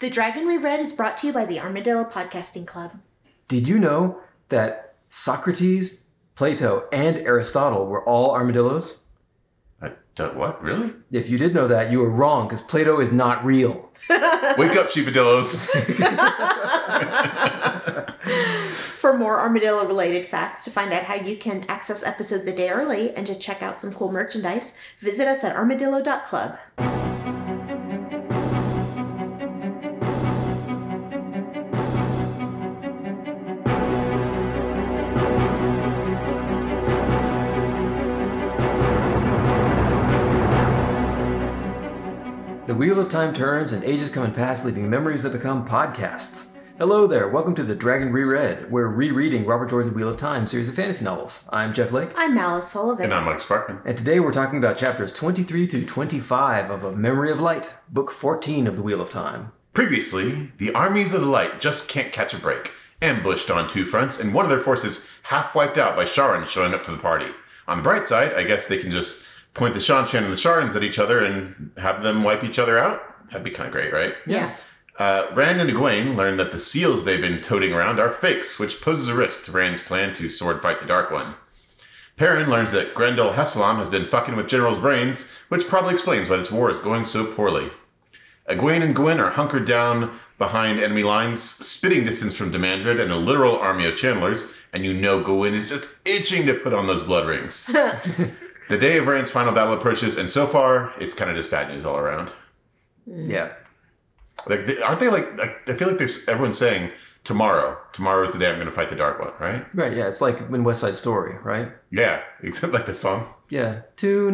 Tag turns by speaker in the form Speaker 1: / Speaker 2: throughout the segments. Speaker 1: The Dragon Reread is brought to you by the Armadillo Podcasting Club.
Speaker 2: Did you know that Socrates, Plato, and Aristotle were all armadillos?
Speaker 3: I don't, what? Really?
Speaker 2: If you did know that, you were wrong because Plato is not real.
Speaker 3: Wake up, sheepadillos.
Speaker 1: For more armadillo related facts, to find out how you can access episodes a day early, and to check out some cool merchandise, visit us at armadillo.club.
Speaker 2: The wheel of time turns and ages come and pass, leaving memories that become podcasts. Hello there, welcome to The Dragon Reread. We're rereading Robert Jordan's Wheel of Time series of fantasy novels. I'm Jeff Lake,
Speaker 1: I'm Malice Sullivan.
Speaker 3: and I'm Mike Sparkman.
Speaker 2: and today we're talking about chapters 23 to 25 of A Memory of Light, book 14 of The Wheel of Time.
Speaker 3: Previously, the armies of the light just can't catch a break. Ambushed on two fronts, and one of their forces half wiped out by Sharon showing up to the party. On the bright side, I guess they can just point the Shanchan and the Sharans at each other and have them wipe each other out. That'd be kind of great, right?
Speaker 1: yeah.
Speaker 3: Uh, Rand and Egwene learn that the seals they've been toting around are fakes, which poses a risk to Rand's plan to sword fight the Dark One. Perrin learns that Grendel Hesselam has been fucking with General's brains, which probably explains why this war is going so poorly. Egwene and Gwyn are hunkered down behind enemy lines, spitting distance from Demandred and a literal army of Chandlers, and you know Gwyn is just itching to put on those blood rings. the day of Rand's final battle approaches, and so far, it's kind of just bad news all around.
Speaker 2: Yeah.
Speaker 3: Like, they, aren't they like, like? I feel like there's everyone's saying tomorrow. Tomorrow is the day I'm going to fight the Dark One, right?
Speaker 2: Right, yeah, it's like in West Side Story, right?
Speaker 3: Yeah, except like the song.
Speaker 2: Yeah.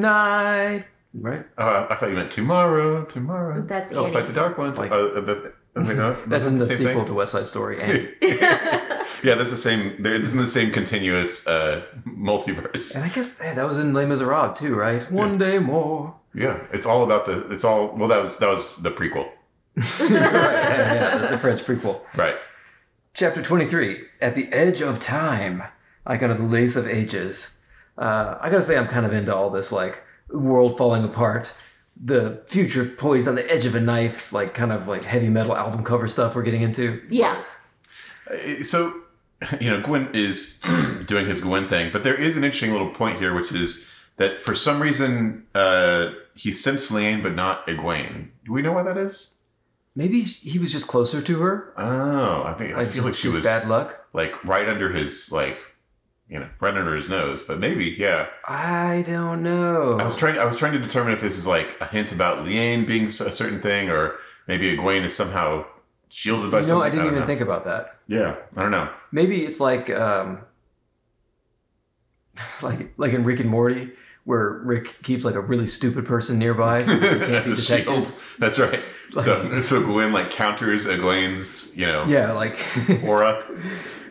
Speaker 2: Tonight, right?
Speaker 3: Uh, I thought you meant tomorrow, tomorrow.
Speaker 1: That's
Speaker 3: oh,
Speaker 1: Annie.
Speaker 3: fight the Dark One.
Speaker 2: Like-
Speaker 3: Uh, uh, the- I mean, uh,
Speaker 2: That's in the
Speaker 3: same
Speaker 2: sequel
Speaker 3: thing?
Speaker 2: to West Side Story. And,
Speaker 3: Yeah, that's the same. they're- It's in the same continuous uh, multiverse.
Speaker 2: and I guess eh, that was in Les Miserables too, right? One day more.
Speaker 3: Yeah, it's all about the. It's all well. That was that was the prequel,
Speaker 2: right, yeah, yeah, the- the French prequel.
Speaker 3: right?
Speaker 2: Chapter 23 At the Edge of Time, Icon of the Lace of Ages. Uh, I gotta say, I'm kind of into all this, like, world falling apart, the future poised on the edge of a knife, like, kind of like heavy metal album cover stuff we're getting into.
Speaker 1: Yeah.
Speaker 3: Uh, So, you know, Gwyn is doing his Gwyn thing, but there is an interesting little point here, which is that for some reason uh, he sensed Leanne, but not Egwene. Do we know why that is?
Speaker 2: Maybe he was just closer to her.
Speaker 3: Oh, I mean, I feel
Speaker 2: just-
Speaker 3: like she
Speaker 2: just
Speaker 3: was
Speaker 2: bad luck.
Speaker 3: like right under his like, you know, right under his nose. But maybe, yeah.
Speaker 2: I don't know.
Speaker 3: I was trying. I was trying to determine if this is like a hint about Leanne being s- a certain thing, or maybe Egwene is somehow shielded by
Speaker 2: you know,
Speaker 3: something.
Speaker 2: I didn't
Speaker 3: don't
Speaker 2: even
Speaker 3: know.
Speaker 2: think about that.
Speaker 3: Yeah, I don't know.
Speaker 2: Maybe it's like um, like like in Rick and Morty, where Rick keeps like a really stupid person nearby, so they can't
Speaker 3: That's
Speaker 2: be
Speaker 3: a
Speaker 2: detected.
Speaker 3: shield. That's right. so, so Gwen like counters Egwene's, you know,
Speaker 2: Yeah, like
Speaker 3: aura.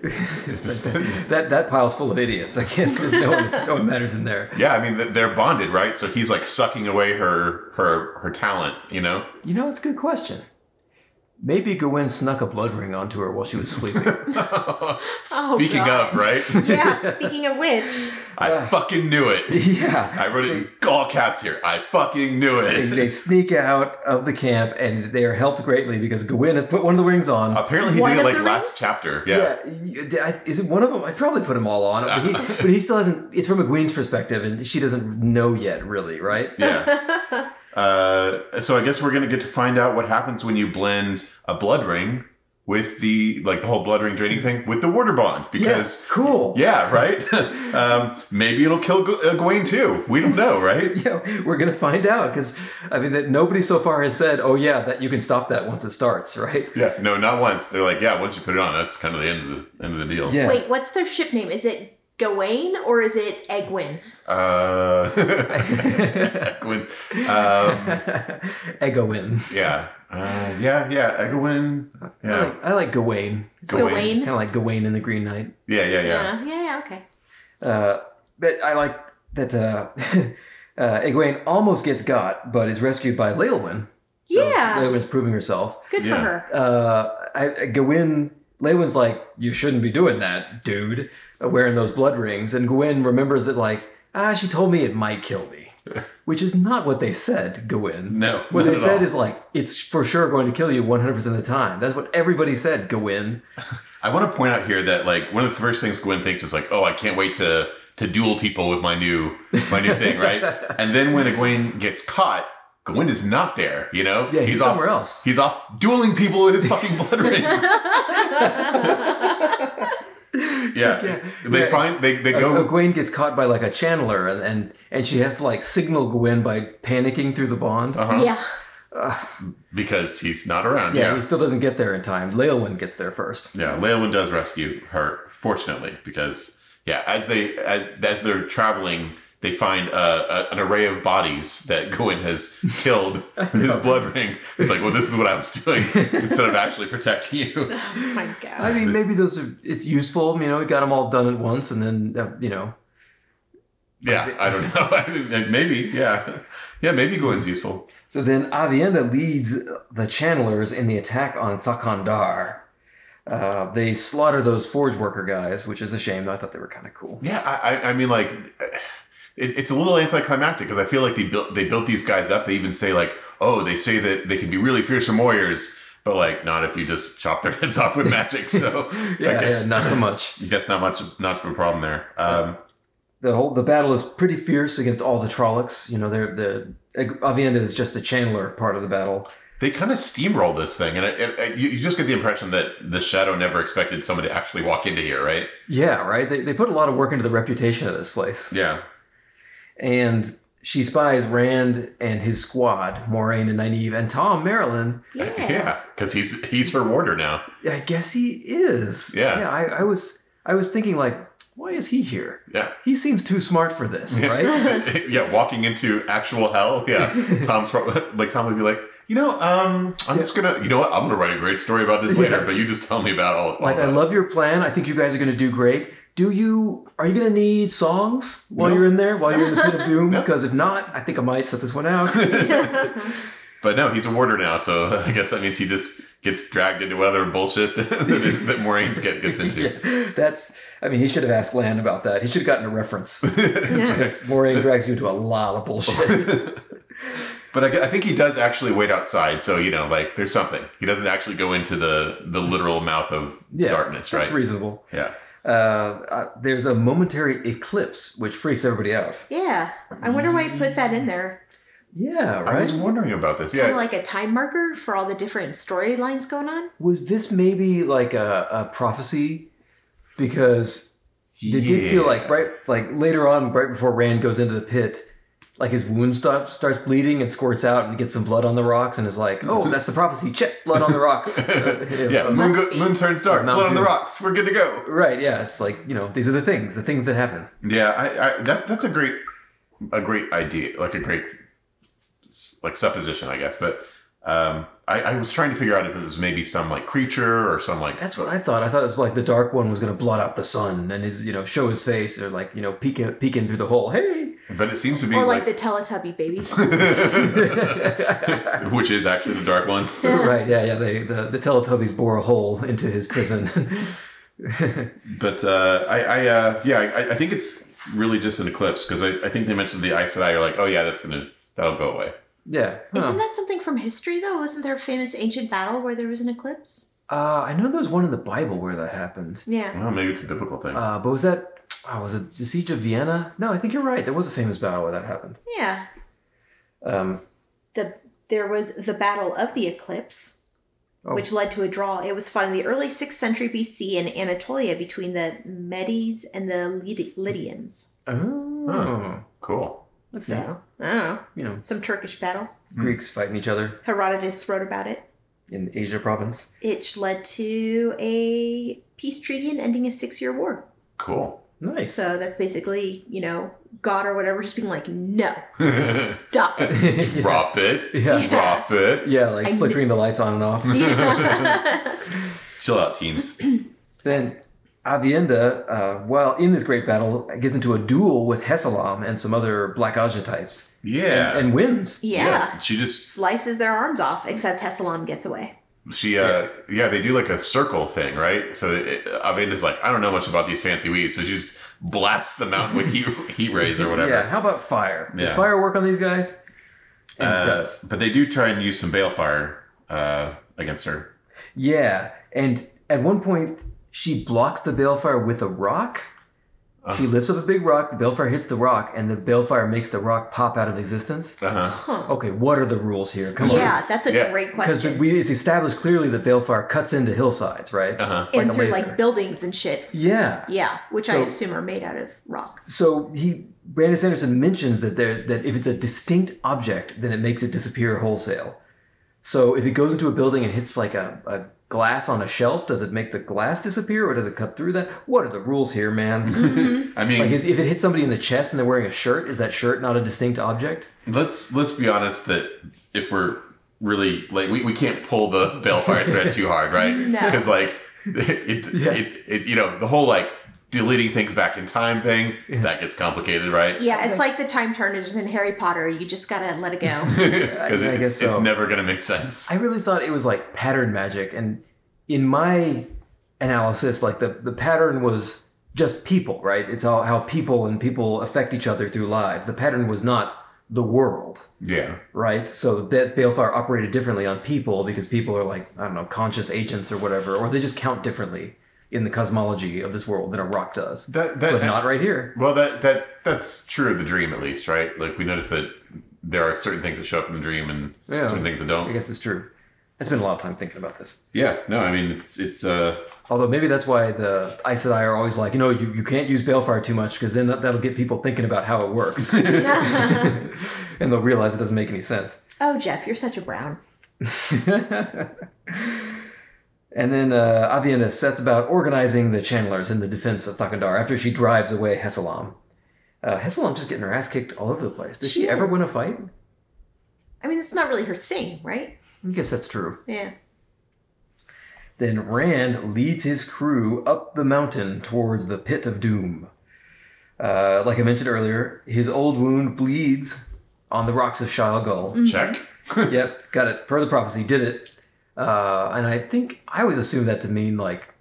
Speaker 2: that that pile's full of idiots. I can't. No one, no one matters in there.
Speaker 3: yeah, I mean th- they're bonded, right? So he's like sucking away her her her talent, you know.
Speaker 2: You know, it's a good question. Maybe Gawain snuck a blood ring onto her while she was sleeping.
Speaker 1: Oh,
Speaker 3: Speaking
Speaker 1: God.
Speaker 3: of, right?
Speaker 1: Yeah. Speaking of which,
Speaker 3: I fucking knew it.
Speaker 2: yeah.
Speaker 3: I wrote it in all caps here. I fucking knew
Speaker 2: They,
Speaker 3: it.
Speaker 2: they sneak out of the camp and they are helped greatly because Gawain has put one of the rings on.
Speaker 3: Apparently he
Speaker 1: One
Speaker 3: did it
Speaker 1: of
Speaker 3: like
Speaker 1: the
Speaker 3: last
Speaker 1: rings?
Speaker 3: chapter. Yeah.
Speaker 2: Yeah. y- I- Is it one of them? I probably put them all on, but he, but he still hasn't. It's from McQueen's perspective, and she doesn't know yet, really, right?
Speaker 3: Yeah. Uh, so I guess we're gonna get to find out what happens when you blend a blood ring with the like the whole blood ring draining thing with the water bond because
Speaker 2: Yeah, cool.
Speaker 3: Yeah, right. um, maybe it'll kill Gu- uh, Gawain too. We don't know, right?
Speaker 2: Yeah, we're gonna find out because I mean that nobody so far has said, "Oh yeah, that you can stop that once it starts," right?
Speaker 3: Yeah. No, not once. They're like, yeah, once you put it on, that's kind of the end of the end of the deal.
Speaker 2: Yeah,
Speaker 1: wait, what's their ship name? Is it Gawain or is it Egwin?
Speaker 3: Uh, Gawain, um,
Speaker 2: Egoin.
Speaker 3: yeah. Uh, yeah. Yeah. Egwin.
Speaker 2: I
Speaker 3: Yeah.
Speaker 2: like, I like Gawain.
Speaker 3: Gawain.
Speaker 2: Kind of like Gawain in the Green Knight.
Speaker 3: Yeah. Yeah. Yeah.
Speaker 1: Yeah. yeah, yeah, okay.
Speaker 2: Uh, but I like that uh, uh, Egwene almost gets got, but is rescued by Leilwyn.
Speaker 1: Yeah.
Speaker 2: Leilwyn's proving herself.
Speaker 1: Good for
Speaker 3: Yeah.
Speaker 1: her.
Speaker 2: uh, I, I Gawain, Lewin's like, you shouldn't be doing that, dude, uh, wearing those blood rings. And Gawain remembers that, like, ah, she told me it might kill me. which is not what they said, Gawain.
Speaker 3: No,
Speaker 2: What
Speaker 3: not
Speaker 2: they
Speaker 3: at
Speaker 2: said
Speaker 3: all.
Speaker 2: is like, it's for sure going to kill you 100% of the time. That's what everybody said, Gawain.
Speaker 3: I want to point out here that like one of the first things Gwen thinks is like, oh, I can't wait to to duel people with my new my new thing, right? And then when Egwene gets caught, Gwen is not there. You know,
Speaker 2: Yeah, he's,
Speaker 3: off,
Speaker 2: somewhere else.
Speaker 3: He's off dueling people with his fucking blood rings. yeah.
Speaker 2: Yeah.
Speaker 3: they
Speaker 2: Yeah. Uh,
Speaker 3: find they they
Speaker 2: Go.
Speaker 3: go.
Speaker 2: Egwene gets caught by like a channeler and, and, and she has to like signal Gawain by panicking through the bond.
Speaker 3: uh-huh,
Speaker 1: Yeah.
Speaker 3: because he's not around.
Speaker 2: yeah,
Speaker 3: Yeah,
Speaker 2: he
Speaker 3: yeah.
Speaker 2: still doesn't get there in time. Leolwyn gets there first.
Speaker 3: Leolwyn does rescue her, fortunately, because yeah, as they as as they're traveling, they find uh, a, an array of bodies that Gawain has killed with his blood ring. It's like, well, this is what I was doing instead of actually protecting you.
Speaker 1: Oh my god.
Speaker 2: I mean,
Speaker 3: This-
Speaker 2: maybe those are, it's useful. You know, we got them all done at once and then, uh, you know,
Speaker 3: Yeah, I don't know. I think maybe, yeah, yeah, maybe Gawain's useful.
Speaker 2: So then Avienda leads the channelers in the attack on Thakandar. Uh, they slaughter those forge worker guys, which is a shame. I thought they were kind of cool.
Speaker 3: Yeah, I, I- I mean, like, it, it's a little anticlimactic because I feel like they built they built these guys up. They even say like, oh, they say that they can be really fearsome warriors, but like, not if you just chop their heads off with magic. So
Speaker 2: Yeah,
Speaker 3: I guess
Speaker 2: yeah, not so much.
Speaker 3: I guess not much, not of a problem there. Um,
Speaker 2: The whole the battle is pretty fierce against all the Trollocs. You know, they're the Avienda is just the channeler part of the battle.
Speaker 3: they kind of steamroll this thing, and it, it, it- you, you just get the impression that the shadow never expected someone to actually walk into here, right?
Speaker 2: Yeah, right. They they put a lot of work into the reputation of this place.
Speaker 3: Yeah,
Speaker 2: And she spies Rand and his squad, Moraine and Nynaeve, and Tom Marilyn.
Speaker 1: Yeah.
Speaker 3: yeah, because he's he's her warder now.
Speaker 2: Yeah, I guess he is.
Speaker 3: Yeah.
Speaker 2: Yeah. I, I was I was thinking like, why is he here?
Speaker 3: Yeah.
Speaker 2: He seems too smart for this, right?
Speaker 3: yeah, walking into actual hell. Yeah, Tom's probably like Tom would be like, you know, um, I'm just gonna, you know what, I'm gonna write a great story about this later,
Speaker 2: Yeah.
Speaker 3: but you just tell me about all. all
Speaker 2: like, I
Speaker 3: of it."
Speaker 2: love your plan. I think you guys are going to do great. Do you? Are you going to need songs while
Speaker 3: No.
Speaker 2: you're in there? While you're in the pit of doom? Because if not, I think I might set this one out.
Speaker 3: but no, he's a warder now, so I guess that means he just gets dragged into whatever bullshit that, that, that Moraine's get gets into.
Speaker 2: Yeah, that's. I mean, he should have asked Lan about that. He should have gotten a reference.
Speaker 3: It's like-
Speaker 2: Moraine drags you into a lot of bullshit.
Speaker 3: But I, I think he does actually wait outside, so you know, like there's something. He doesn't actually go into the the literal mouth of
Speaker 2: Yeah,
Speaker 3: darkness, right?
Speaker 2: That's reasonable.
Speaker 3: yeah.
Speaker 2: Uh, uh, there's a momentary eclipse which freaks everybody out.
Speaker 1: Yeah. I wonder why he put that in there.
Speaker 2: Yeah,
Speaker 3: I
Speaker 2: right.
Speaker 3: was wondering about this.
Speaker 1: Kind
Speaker 3: Yeah,
Speaker 1: of like a time marker for all the different storylines going on.
Speaker 2: Was this maybe like a, a prophecy? Because They did feel like
Speaker 3: Yeah.
Speaker 2: right, like later on, right before Rand goes into the pit, like his wound stuff starts bleeding and squirts out and gets some blood on the rocks and is like, "Oh, that's the prophecy. Check blood on the rocks." Uh,
Speaker 3: Yeah,
Speaker 2: uh,
Speaker 3: moon,
Speaker 1: Must
Speaker 3: go-
Speaker 1: be.
Speaker 3: moon turns dark.
Speaker 2: Mount
Speaker 3: Blood on the
Speaker 2: Doom.
Speaker 3: rocks. We're good to go.
Speaker 2: right. Yeah, it's like you know, these are the things, the things that happen.
Speaker 3: Yeah, I, I that's that's a great a great idea, like a great s- like supposition, I guess. But um, I, I was trying to figure out if it was maybe some like creature or some like
Speaker 2: That's what I thought. I thought it was like the Dark One was going to blot out the sun and his, you know, show his face or like you know, peek in, peek in through the hole. Hey,
Speaker 3: But it seems to be
Speaker 1: Or
Speaker 3: like,
Speaker 1: like the Teletubby baby.
Speaker 3: which is actually the dark one.
Speaker 2: right? Yeah, yeah. They the, the Teletubbies bore a hole into his prison.
Speaker 3: But uh, I, I uh, yeah, I, I think it's really just an eclipse because I, I think they mentioned the Aes Sedai are like, oh yeah, that's gonna that'll go away.
Speaker 2: yeah. Huh.
Speaker 1: Isn't that something from history though? Wasn't there a famous ancient battle where there was an eclipse?
Speaker 2: Uh, I know there's one in the Bible where that happened.
Speaker 1: Yeah.
Speaker 3: Well, maybe it's a biblical thing.
Speaker 2: Uh, but was that? Oh, was it the Siege of Vienna? No, I think you're right. There was a famous battle where that happened.
Speaker 1: Yeah.
Speaker 2: Um,
Speaker 1: The there was the Battle of the Eclipse,
Speaker 2: Oh.
Speaker 1: which led to a draw. It was fought in the early 6th century BC in Anatolia between the Medes and the Lyd- Lydians.
Speaker 2: oh,
Speaker 3: cool.
Speaker 2: that's
Speaker 1: So,
Speaker 2: neat.
Speaker 1: I don't know.
Speaker 2: You know,
Speaker 1: Oh. Some Turkish battle.
Speaker 2: Greeks fighting each other
Speaker 1: Herodotus wrote about it.
Speaker 2: in Asia province.
Speaker 1: It led to a peace treaty and ending a six year war.
Speaker 3: Cool.
Speaker 2: Nice.
Speaker 1: So that's basically, you know, God or whatever just being like, no, stop it.
Speaker 2: yeah.
Speaker 3: Drop it.
Speaker 2: yeah,
Speaker 3: Drop it.
Speaker 2: yeah, like
Speaker 1: I kn-
Speaker 2: flickering the lights on and off.
Speaker 3: Chill out, teens.
Speaker 2: Then Avienda, uh, while in this great battle, gets into a duel with Hesalam and some other Black Aja types
Speaker 3: Yeah.
Speaker 2: and wins.
Speaker 1: yeah.
Speaker 3: she just-
Speaker 1: slices their arms off, except Tessalon gets away.
Speaker 3: She, uh, yeah. they do like a circle thing, right? So it, Amanda's like, I don't know much about these fancy weeds, so she just blasts them out with heat, heat rays or whatever.
Speaker 2: Yeah, how about fire? Does
Speaker 3: Yeah.
Speaker 2: fire work on these guys? It
Speaker 3: Uh,
Speaker 2: does.
Speaker 3: But they do try and use some balefire uh, against her.
Speaker 2: Yeah, and at one point she blocks the balefire with a rock. She lifts up a big rock, the balefire hits the rock, and the balefire makes the rock pop out of existence.
Speaker 3: Uh-huh.
Speaker 1: Huh.
Speaker 2: Okay, what are the rules here? Oh, Come on.
Speaker 1: Yeah, that's a
Speaker 3: Yeah.
Speaker 1: great
Speaker 2: Because
Speaker 1: question.
Speaker 2: we it's established clearly that balefire cuts into hillsides, right?
Speaker 3: Uh-huh.
Speaker 2: like
Speaker 1: and
Speaker 2: a
Speaker 1: through
Speaker 2: laser.
Speaker 1: like buildings and shit.
Speaker 2: Yeah.
Speaker 1: Yeah, which I
Speaker 2: So-
Speaker 1: assume are made out of rock.
Speaker 2: So he Brandon Sanderson mentions that there that if it's a distinct object, then it makes it disappear wholesale. So if it goes into a building and hits like a, a glass on a shelf, does it make the glass disappear or does it cut through that? What are the rules here, man?
Speaker 3: I mean,
Speaker 2: like is, if it hits somebody in the chest and they're wearing a shirt, is that shirt not a distinct object?
Speaker 3: let's let's be honest that if we're really like we, we can't pull the balefire thread too hard right
Speaker 1: No.
Speaker 3: because like it,
Speaker 2: Yeah.
Speaker 3: it, it you know the whole like deleting things back in time thing that gets complicated right
Speaker 1: Yeah, it's like the time turners in Harry Potter. You just gotta let it go.
Speaker 3: because
Speaker 2: I
Speaker 3: it's,
Speaker 2: guess
Speaker 3: it's
Speaker 2: so.
Speaker 3: never gonna make sense
Speaker 2: I really thought it was like pattern magic and in my analysis, like the, the pattern was just people, right? It's all how people and people affect each other through lives. The pattern was not the world.
Speaker 3: yeah
Speaker 2: right? So the Ba- Balefire operated differently on people because people are like, I don't know, conscious agents or whatever, or they just count differently in the cosmology of this world than a rock does.
Speaker 3: that that
Speaker 2: But not right here.
Speaker 3: well that that that's true of the dream at least right like we notice that there are certain things that show up in the dream and
Speaker 2: Yeah.
Speaker 3: certain things that
Speaker 2: I
Speaker 3: don't
Speaker 2: guess it's true. I spent a lot of time thinking about this.
Speaker 3: yeah no i mean it's it's uh
Speaker 2: Although maybe that's why the Aes Sedai are always like, you know, you, you can't use Balefire too much because then that, that'll get people thinking about how it works. and they'll realize it doesn't make any sense.
Speaker 1: oh, Jeff, you're such a brown.
Speaker 2: And then uh, Aviana sets about organizing the channelers in the defense of Thakandar after she drives away Hesalam. Uh, Hesalam's just getting her ass kicked all over the place. Does she,
Speaker 1: She
Speaker 2: ever
Speaker 1: is.
Speaker 2: win a fight?
Speaker 1: I mean, that's not really her thing, right?
Speaker 2: I guess that's true.
Speaker 1: Yeah.
Speaker 2: Then Rand leads his crew up the mountain towards the pit of doom. Uh, like I mentioned earlier, his old wound bleeds on the rocks of Shile Gull.
Speaker 3: check
Speaker 2: yep, got it. Per the prophecy, did it. Uh, and I think I always assumed that to mean like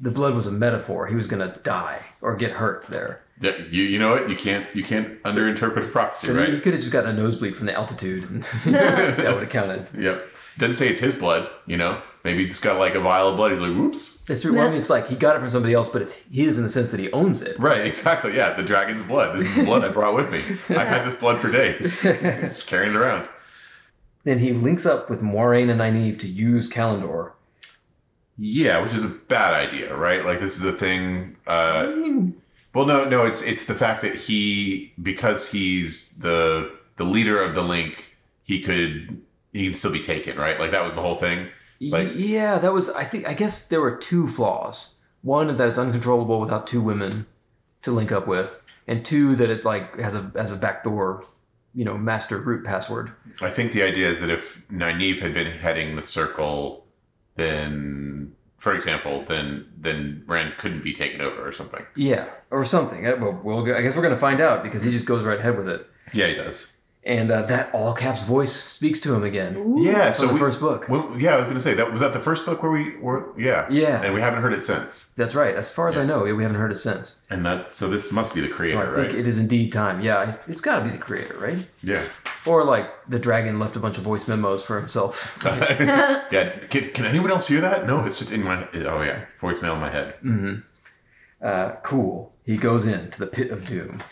Speaker 2: the blood was a metaphor. He was gonna die or get hurt there.
Speaker 3: that you you know what you can't you can't underinterpret a prophecy
Speaker 2: And he-
Speaker 3: right
Speaker 2: He could have just gotten a nosebleed from the altitude. that would have counted.
Speaker 3: Yep. Doesn't say it's his blood, you know? Maybe he just got like a vial of blood. He's like, whoops.
Speaker 2: It's true. Well, I mean, it's like he got it from somebody else, but it's his in the sense that he owns it.
Speaker 3: Right, exactly. Yeah, the dragon's blood. This is the blood I brought with me. I've had this blood for days. Just carrying it around.
Speaker 2: Then he links up with Moiraine and Nynaeve to use Kalendor.
Speaker 3: Yeah, which is a bad idea, right? Like this is a thing uh
Speaker 2: Mm.
Speaker 3: well no no it's it's the fact that he because he's the the leader of the link, he could he can still be taken, right? Like that was the whole thing. Like-
Speaker 2: yeah, that was. I think. I guess there were two flaws. One that it's uncontrollable without two women to link up with, and two that it like has a has a backdoor, you know, master root password.
Speaker 3: I think the idea is that if Nynaeve had been heading the circle, then, for example, then then Rand couldn't be taken over or something.
Speaker 2: Yeah, or something. Uh, Well, we'll go- I guess we're gonna find out because he just goes right ahead with it.
Speaker 3: Yeah, he does.
Speaker 2: And uh, that all caps voice speaks to him again
Speaker 1: Ooh.
Speaker 3: Yeah,
Speaker 2: from
Speaker 3: so
Speaker 2: the
Speaker 3: we,
Speaker 2: first book.
Speaker 3: well, yeah, I was gonna say that was that the first book where we were, yeah,
Speaker 2: Yeah.
Speaker 3: and we haven't heard it since.
Speaker 2: That's right. As far as I know, we haven't heard it since.
Speaker 3: And that so this must be the
Speaker 2: So
Speaker 3: creator,
Speaker 2: I
Speaker 3: right?
Speaker 2: think it is indeed time. Yeah, I- it's got to be the creator, right?
Speaker 3: yeah,
Speaker 2: Or like the dragon left a bunch of voice memos for himself.
Speaker 3: yeah. Can, can anyone else hear that? No, it's just in my. Oh yeah, voicemail in my head.
Speaker 1: Hmm.
Speaker 2: Uh, cool. He goes in to the pit of doom.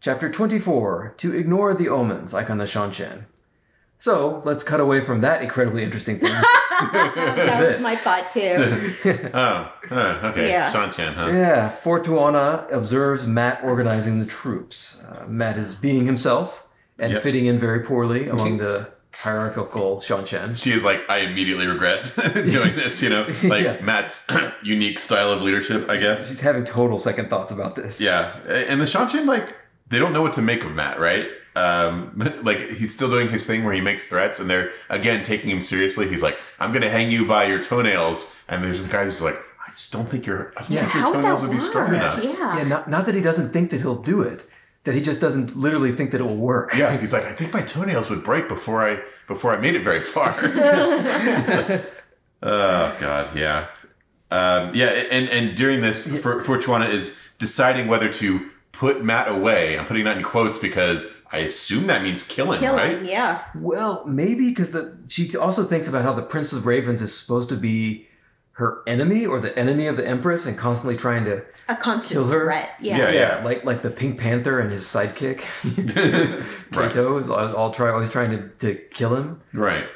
Speaker 2: Chapter 24 To Ignore the Omens, Icon of Shanshan. So let's cut away from that incredibly interesting thing.
Speaker 1: That was my thought too.
Speaker 3: Oh, huh, okay,
Speaker 1: Yeah.
Speaker 3: Sean Chan, huh?
Speaker 2: yeah, Fortuana observes Matt organizing the troops. Uh, Matt is being himself and
Speaker 3: Yep.
Speaker 2: fitting in very poorly among the hierarchical Shanshan.
Speaker 3: she is like, I immediately regret doing this, you know? Like
Speaker 2: Yeah.
Speaker 3: Matt's unique style of leadership, I guess.
Speaker 2: She's having total second thoughts about this.
Speaker 3: Yeah. And the Shanshin, like, they don't know what to make of Matt, right? Um, like he's still doing his thing where he makes threats and they're again taking him seriously. He's like, I'm gonna hang you by your toenails. And there's this guy who's like, I just don't think your I don't
Speaker 2: Yeah.
Speaker 3: think your
Speaker 1: How would
Speaker 3: toenails
Speaker 1: that
Speaker 3: would
Speaker 1: work?
Speaker 3: be strong enough.
Speaker 1: Yeah.
Speaker 2: Yeah, not, not that he doesn't think that he'll do it, that he just doesn't literally think that it will work.
Speaker 3: Yeah, he's like, I think my toenails would break before I before I made it very far. It's like, oh God, yeah, um, yeah, and and during this, for Fortuana is deciding whether to put Matt away. I'm putting that in quotes because I assume that means killing,
Speaker 1: Kill
Speaker 3: right?
Speaker 1: him, yeah.
Speaker 2: Well, maybe because the she also thinks about how the Prince of Ravens is supposed to be her enemy or the enemy of the Empress and constantly trying to
Speaker 1: A constant
Speaker 2: Kill her?
Speaker 1: threat. Yeah.
Speaker 3: Yeah.
Speaker 2: like like the Pink Panther and his sidekick Kato is all, all try always trying to, to kill him.
Speaker 3: Right.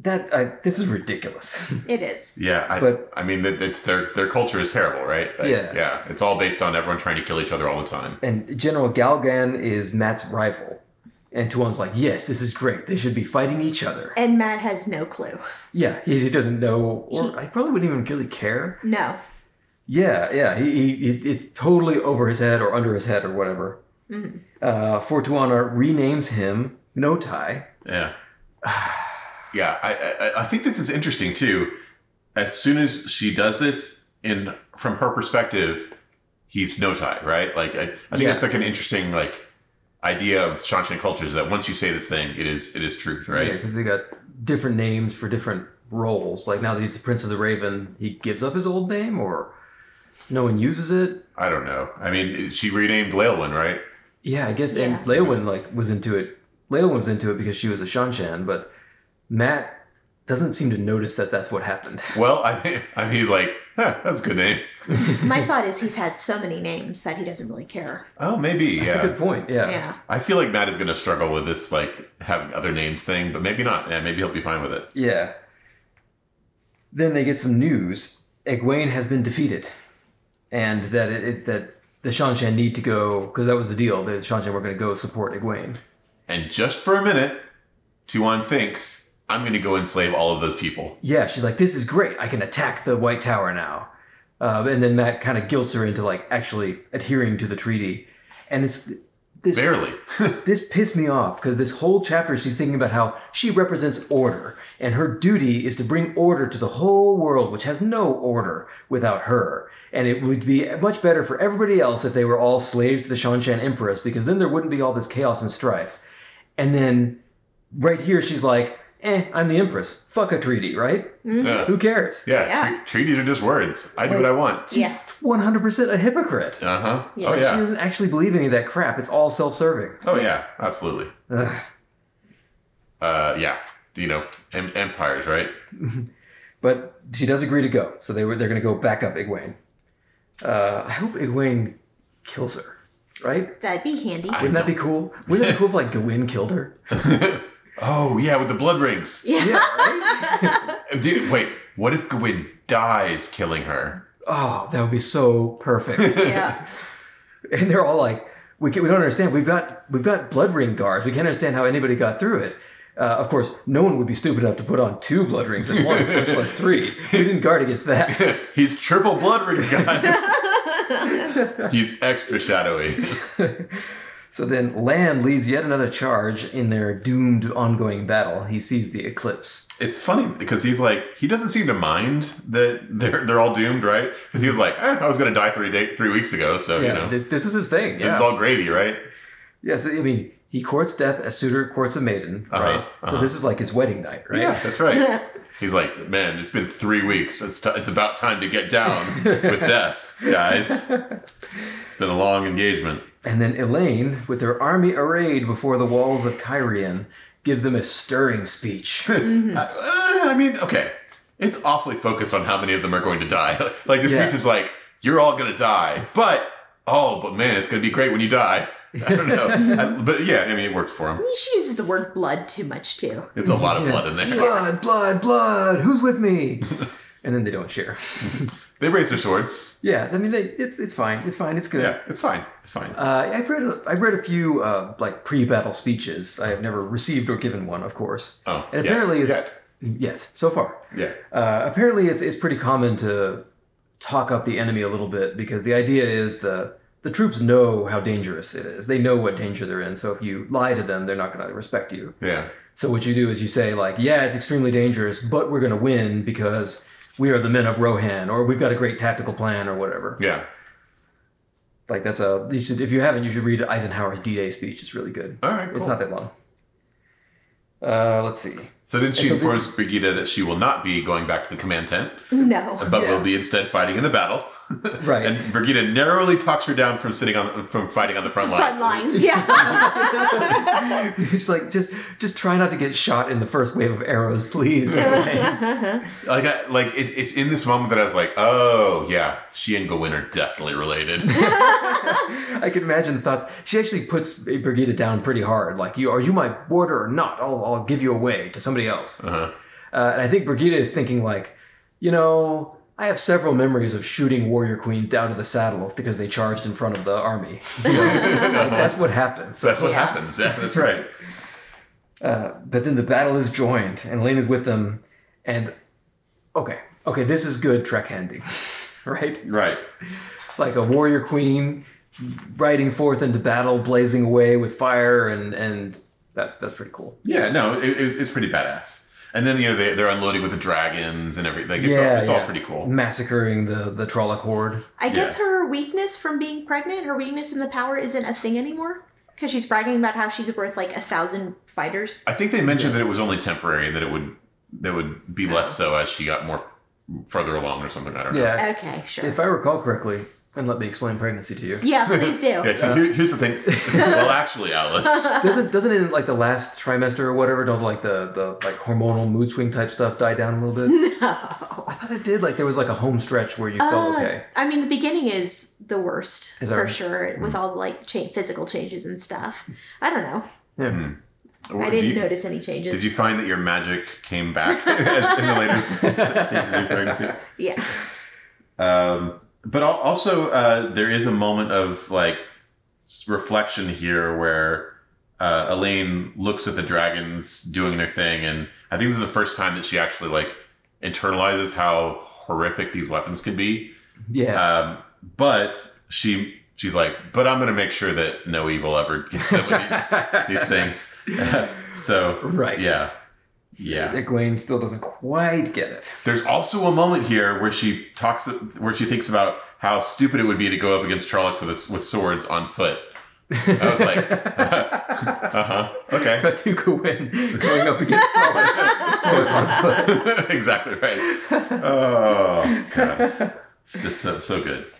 Speaker 2: That I, this is ridiculous.
Speaker 1: It is.
Speaker 3: Yeah, I,
Speaker 2: But-
Speaker 3: I mean, that- it's their their culture is terrible, right? Like,
Speaker 2: Yeah.
Speaker 3: yeah. It's all based on everyone trying to kill each other all the time.
Speaker 2: and General Galgan is Matt's rival, and Tuon's like, yes, this is great. They should be fighting each other.
Speaker 1: And Matt has no clue.
Speaker 2: Yeah, he, he doesn't know, or I probably wouldn't even really care.
Speaker 1: No.
Speaker 2: Yeah, yeah, he, he it- it's totally over his head or under his head or whatever. Uh, Fortuana renames him No Tie.
Speaker 3: Yeah. yeah, I, I I think this is interesting too. As soon as she does this, in from her perspective, he's no tie, right? Like I, I think
Speaker 2: Yeah.
Speaker 3: that's like an interesting like idea of Shanshan cultures that once you say this thing, it is it is truth, right?
Speaker 2: Because they got different names for different roles. Like now that he's the Prince of the Raven, he gives up his old name, or no one uses it.
Speaker 3: I don't know. I mean, she renamed Leolin, right?
Speaker 2: Yeah, I guess.
Speaker 1: Yeah.
Speaker 2: And Leowin like was into it. Leowin was into it because she was a Shanshan, but Matt doesn't seem to notice that that's what happened.
Speaker 3: Well, I mean, I mean, he's like, huh, that's a good name.
Speaker 1: My thought is he's had so many names that he doesn't really care.
Speaker 3: Oh, maybe.
Speaker 2: That's
Speaker 3: yeah.
Speaker 2: a good point. Yeah.
Speaker 1: Yeah.
Speaker 3: I feel like Matt is going to struggle with this, like having other names thing, but maybe not. Yeah, maybe he'll be fine with it.
Speaker 2: Yeah. Then they get some news. Egwene has been defeated, and that it, it that the Shanshan need to go because that was the deal. The Shanshan were going to go support Egwene.
Speaker 3: And just for a minute, Tuan thinks, I'm going to go enslave all of those people.
Speaker 2: Yeah, she's like, "This is great. I can attack the White Tower now." Um, and then Matt kind of guilts her into like actually adhering to the treaty, and this this
Speaker 3: Barely.
Speaker 2: this pissed me off because this whole chapter she's thinking about how she represents order and her duty is to bring order to the whole world which has no order without her and it would be much better for everybody else if they were all slaves to the shanshan empress because then there wouldn't be all this chaos and strife and then right here she's like eh i'm the empress fuck a treaty right
Speaker 3: Uh,
Speaker 2: who cares
Speaker 3: yeah,
Speaker 1: Yeah.
Speaker 3: tre- treaties are just words. I do what I want.
Speaker 2: she's
Speaker 1: Yeah.
Speaker 2: 100% a hypocrite
Speaker 3: Uh huh.
Speaker 1: Yeah.
Speaker 3: Oh,
Speaker 2: she
Speaker 3: yeah.
Speaker 2: doesn't actually believe any of that crap it's all self-serving
Speaker 3: Oh, yeah. Absolutely.
Speaker 2: Ugh.
Speaker 3: Uh, yeah. You know, em- empires, right?
Speaker 2: But she does agree to go, so they were they're going to go back up Egwene. Uh, I hope Egwene kills her, right?
Speaker 1: That'd be handy.
Speaker 2: Wouldn't that be cool? Wouldn't that be cool if like Gawain killed her?
Speaker 3: Oh, yeah, with the blood rings.
Speaker 2: Yeah, right.
Speaker 3: Dude, wait, what if Gawain dies killing her?
Speaker 2: Oh, that would be so perfect.
Speaker 1: yeah.
Speaker 2: and they're all like, we can, we don't understand. We've got we've got blood ring guards. We can't understand how anybody got through it. Uh, of course, no one would be stupid enough to put on two blood rings at once, much less three. We didn't guard against that.
Speaker 3: He's triple blood ring guy. He's extra shadowy.
Speaker 2: So then Lan leads yet another charge in their doomed ongoing battle. He sees the eclipse.
Speaker 3: It's funny because he's like he doesn't seem to mind that they're they're all doomed, right? Because he was like, eh, I was gonna die three day three weeks ago, so
Speaker 2: Yeah,
Speaker 3: you know
Speaker 2: this, this is his thing.
Speaker 3: this
Speaker 2: Yeah.
Speaker 3: is all gravy, right?
Speaker 2: yes, I mean, he courts death, a suitor courts a maiden,
Speaker 3: Uh-huh,
Speaker 2: right? So
Speaker 3: uh-huh.
Speaker 2: this is like his wedding night, right?
Speaker 3: Yeah, that's right. he's like, man, it's been three weeks. It's t- it's about time to get down with death, guys. It's been a long engagement.
Speaker 2: And then Elaine, with her army arrayed before the walls of Kyrian, gives them a stirring speech.
Speaker 3: Uh, I mean, okay, it's awfully focused on how many of them are going to die. like this
Speaker 2: Yeah.
Speaker 3: speech is like, you're all gonna die, but oh, but man, it's gonna be great when you die. I don't know, I- but yeah, I mean, it worked for him.
Speaker 1: She uses the word blood too much, too.
Speaker 3: It's a lot of blood in there.
Speaker 2: blood, blood, blood! Who's with me? and then they don't cheer.
Speaker 3: They raise their swords.
Speaker 2: Yeah, I mean, they, it's it's fine. It's fine. It's good.
Speaker 3: Yeah, it's fine. It's fine.
Speaker 2: Uh, I've read a, I've read a few uh, like pre-battle speeches. I have never received or given one, of course.
Speaker 3: Oh,
Speaker 2: and
Speaker 3: yes,
Speaker 2: apparently it's yes so far.
Speaker 3: yeah.
Speaker 2: Uh, apparently, it's, it's pretty common to talk up the enemy a little bit because the idea is the the troops know how dangerous it is. They know what danger they're in. So if you lie to them, they're not going to respect you.
Speaker 3: Yeah.
Speaker 2: So what you do is you say like, "Yeah, it's extremely dangerous, but we're going to win because we are the men of Rohan, or we've got a great tactical plan, or whatever."
Speaker 3: Yeah.
Speaker 2: Like that's a you should if you haven't you should read Eisenhower's D-Day speech. It's really good.
Speaker 3: All right, cool.
Speaker 2: It's not that long. Uh, let's see.
Speaker 3: so then she
Speaker 2: so this-
Speaker 3: informs Brigida that she will not be going back to the command tent,
Speaker 1: No.
Speaker 3: but
Speaker 2: Yeah.
Speaker 3: will be instead fighting in the battle.
Speaker 2: Right.
Speaker 3: And Brigida narrowly talks her down from sitting on from fighting on the front
Speaker 1: Front lines,
Speaker 3: lines.
Speaker 1: yeah.
Speaker 2: She's like just just try not to get shot in the first wave of arrows, please.
Speaker 3: Like, I, like it, it's in this moment that I was like, oh yeah, she and Gawain are definitely related.
Speaker 2: I can imagine the thoughts. She actually puts Brigida down pretty hard. Like, you are you my warder or not? I'll, I'll give you away to somebody else.
Speaker 3: Uh-huh.
Speaker 2: Uh, and I think Brigida is thinking like, you know, I have several memories of shooting warrior queens down to the saddle because they charged in front of the army. You know? Like, that's what happens.
Speaker 3: That's what
Speaker 1: Yeah.
Speaker 3: happens. Yeah, that's right.
Speaker 2: Uh, but then the battle is joined, and Elaine is with them. And okay, okay, this is good Trek ending, right?
Speaker 3: Right.
Speaker 2: like a warrior queen riding forth into battle, blazing away with fire, and and that's that's pretty cool.
Speaker 3: Yeah, no, it, it's, it's pretty badass. And then you know they, they're unloading with the dragons and everything. Like, it's all, it's all pretty cool.
Speaker 2: Massacring the the Trolloc horde.
Speaker 1: I guess
Speaker 3: Yeah.
Speaker 1: her weakness from being pregnant, her weakness in the power isn't a thing anymore. Because she's bragging about how she's worth like a thousand fighters.
Speaker 3: I think they mentioned that it was only temporary and that it would that would be less so as she got more further along or something. I don't know.
Speaker 2: Yeah,
Speaker 1: Okay, sure.
Speaker 2: if I recall correctly, and let me explain pregnancy to you.
Speaker 1: yeah, please do.
Speaker 3: Okay, so here, here's the thing. well, actually, Alice.
Speaker 2: Doesn't doesn't in like the last trimester or whatever? Don't like the the like hormonal mood swing type stuff die down a little bit?
Speaker 1: No.
Speaker 2: I thought it did. Like there was like a home stretch where you
Speaker 1: Uh,
Speaker 2: felt okay.
Speaker 1: I mean, the beginning is the worst
Speaker 2: Is that
Speaker 1: for
Speaker 2: right?
Speaker 1: sure, with all the like cha- physical changes and stuff. I don't know.
Speaker 2: Yeah.
Speaker 1: I
Speaker 3: Did
Speaker 1: didn't
Speaker 3: you-
Speaker 1: notice any changes.
Speaker 3: Did you find that your magic came back as in the later stages of pregnancy?
Speaker 1: yeah.
Speaker 3: Um, but al- also, uh, there is a moment of like s- reflection here where uh, Elaine looks at the dragons doing their thing, and I think this is the first time that she actually like internalizes how horrific these weapons can be.
Speaker 2: Yeah.
Speaker 3: Um, but she she's like, "But I'm going to make sure that no evil ever gets done with these, these things." so
Speaker 2: Right.
Speaker 3: yeah, yeah.
Speaker 2: Egwene still doesn't quite get it.
Speaker 3: There's also a moment here where she talks, where she thinks about how stupid it would be to go up against Trollocs with with swords on foot. I was like, uh huh, okay,
Speaker 2: Batuka win going up against Trolloc. Swords on foot.
Speaker 3: exactly right. Oh god, it's just so so good.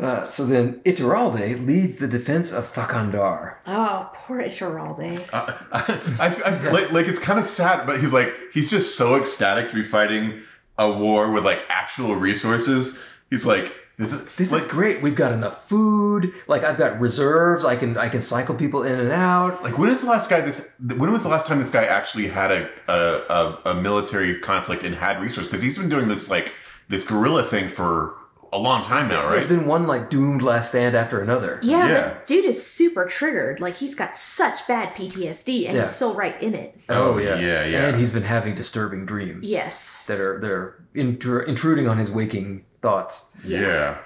Speaker 2: Uh, so then Ituralde leads the defense of Thakandar.
Speaker 1: Oh, poor Isheralde.
Speaker 3: Uh, I, I, I, like, like it's kind of sad, but he's like he's just so ecstatic to be fighting a war with like actual resources. He's like, this is
Speaker 2: This
Speaker 3: like,
Speaker 2: is great. We've got enough food. Like I've got reserves. I can I can cycle people in and out.
Speaker 3: Like when is the last guy this? When was the last time this guy actually had a a, a, a military conflict and had resource? Because he's been doing this like this guerrilla thing for a long time now,
Speaker 2: So it's
Speaker 3: right?
Speaker 2: been one like doomed last stand after another.
Speaker 1: Yeah,
Speaker 3: Yeah.
Speaker 1: but dude is super triggered. Like he's got such bad PTSD, and
Speaker 2: Yeah.
Speaker 1: he's still right in it.
Speaker 3: Oh, yeah, yeah.
Speaker 2: Um, And he's been having disturbing dreams.
Speaker 1: Yes.
Speaker 2: That are that are intr- intruding on his waking thoughts.
Speaker 3: yeah.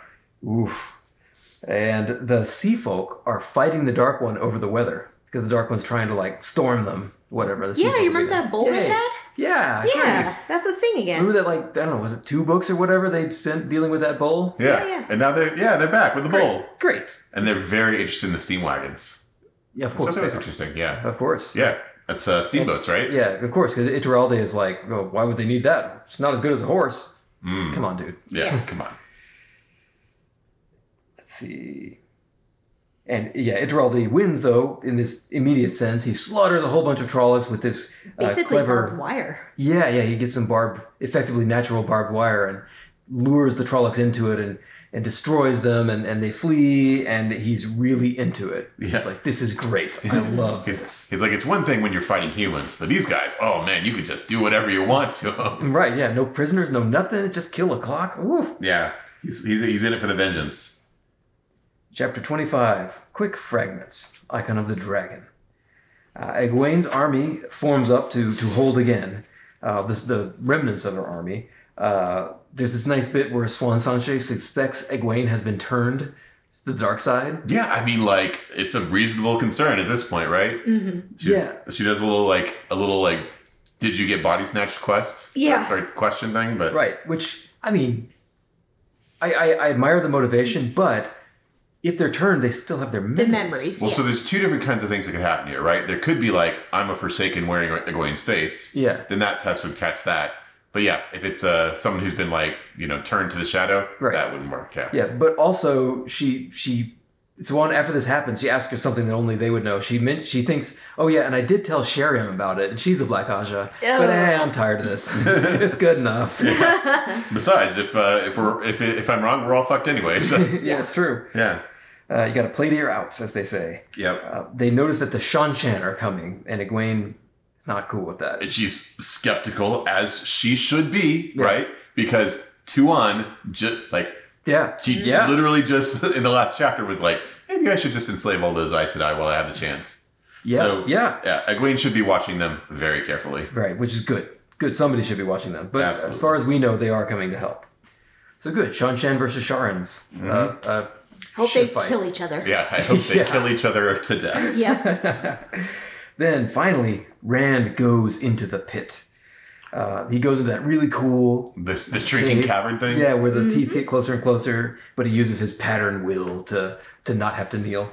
Speaker 2: Oof. And the sea folk are fighting the Dark One over the weather because the Dark One's trying to like storm them, whatever. The sea
Speaker 1: Yeah,
Speaker 2: folk
Speaker 1: you
Speaker 2: are
Speaker 1: remember
Speaker 2: doing.
Speaker 1: that bowl they
Speaker 2: Yay.
Speaker 1: had?
Speaker 2: Yeah. great.
Speaker 1: Yeah, that's the thing again.
Speaker 2: Remember that, like, I don't know, was it two books or whatever they spent dealing with that bowl?
Speaker 3: yeah,
Speaker 1: Yeah, yeah.
Speaker 3: And now they're yeah they're back with the bowl,
Speaker 2: Great.
Speaker 3: and they're very interested in the steam wagons.
Speaker 2: Yeah, of
Speaker 3: Which I
Speaker 2: course.
Speaker 3: thought was
Speaker 2: They are.
Speaker 3: interesting. Yeah,
Speaker 2: Of course.
Speaker 3: yeah. That's uh, steamboats, right?
Speaker 2: Yeah, of course, because Ituralde is like, well, why would they need that? It's not as good as a horse.
Speaker 3: Mm.
Speaker 2: Come on, dude.
Speaker 3: yeah.
Speaker 1: Yeah.
Speaker 3: Come on.
Speaker 2: Let's see. And yeah, Ituralde wins, though, in this immediate sense. He slaughters a whole bunch of Trollocs with this uh,
Speaker 1: Basically,
Speaker 2: clever.
Speaker 1: barbed wire.
Speaker 2: Yeah, yeah, he gets some barbed, effectively natural barbed wire and lures the Trollocs into it and, and destroys them and, and they flee and he's really into it.
Speaker 3: Yeah.
Speaker 2: He's like, this is great. I love this.
Speaker 3: He's, he's like, it's one thing when you're fighting humans, but these guys, oh man, you could just do whatever you want to 'em.
Speaker 2: Right, yeah, no prisoners, no nothing, just kill a clock. Woo.
Speaker 3: yeah, he's, he's he's in it for the vengeance.
Speaker 2: Chapter 25 Quick Fragments Icon of the Dragon. Uh, Egwene's army forms up to, to hold again, uh, this, the remnants of her army. Uh, there's this nice bit where Swan Sanchez suspects Egwene has been turned to the dark side.
Speaker 3: Yeah, I mean, like it's a reasonable concern at this point, right?
Speaker 1: Mm-hmm.
Speaker 3: She,
Speaker 2: Yeah.
Speaker 3: she does a little like a little like, did you get body snatched quest?
Speaker 1: Yeah.
Speaker 3: sorry, question thing, but
Speaker 2: Right. Which I mean, I, I, I admire the motivation, but if they're turned, they still have their memories.
Speaker 1: The memories.
Speaker 3: Well,
Speaker 1: yeah.
Speaker 3: so there's two different kinds of things that could happen here, right? There could be like I'm a Forsaken wearing Egwene's face.
Speaker 2: Yeah,
Speaker 3: Then that test would catch that. But yeah, if it's uh, someone who's been like you know turned to the shadow,
Speaker 2: Right.
Speaker 3: that wouldn't work. Yeah.
Speaker 2: yeah. But also, she she. So on after this happens, she asks her something that only they would know. She meant she thinks, oh yeah, and I did tell Sheriam about it, and she's a Black Aja. But
Speaker 1: Oh.
Speaker 2: eh, I'm tired of this. it's good enough. yeah,
Speaker 3: Besides, if uh, if we're if if I'm wrong, we're all fucked anyway. So
Speaker 2: it's true.
Speaker 3: yeah.
Speaker 2: Uh, you got to play to your outs, as they say.
Speaker 3: Yep.
Speaker 2: Uh, they notice that the Shanshan are coming, and Egwene is not cool with that.
Speaker 3: She's skeptical as she should be,
Speaker 2: Yeah.
Speaker 3: right? Because Tuan just like
Speaker 2: Yeah,
Speaker 3: she
Speaker 2: Yeah.
Speaker 3: literally just in the last chapter was like, maybe I should just enslave all those Aes Sedai while I have the chance.
Speaker 2: yeah,
Speaker 3: So-
Speaker 2: yeah.
Speaker 3: Yeah, Egwene should be watching them very carefully.
Speaker 2: Right, which is good. Good. Somebody should be watching them. But
Speaker 3: Absolutely.
Speaker 2: as far as we know, they are coming to help. So good. Shanshan versus Sharans. Uh,
Speaker 3: Mm-hmm.
Speaker 2: uh,
Speaker 1: Hope
Speaker 2: should
Speaker 1: they
Speaker 2: fight.
Speaker 1: kill each other.
Speaker 3: Yeah, I hope they
Speaker 2: Yeah.
Speaker 3: kill each other to death.
Speaker 1: Yeah.
Speaker 2: Then finally, Rand goes into the pit. Uh, he goes into that really cool,
Speaker 3: This the shrinking
Speaker 2: They-
Speaker 3: cavern thing.
Speaker 2: yeah, where the teeth get closer and closer, but he uses his pattern will to to not have to kneel.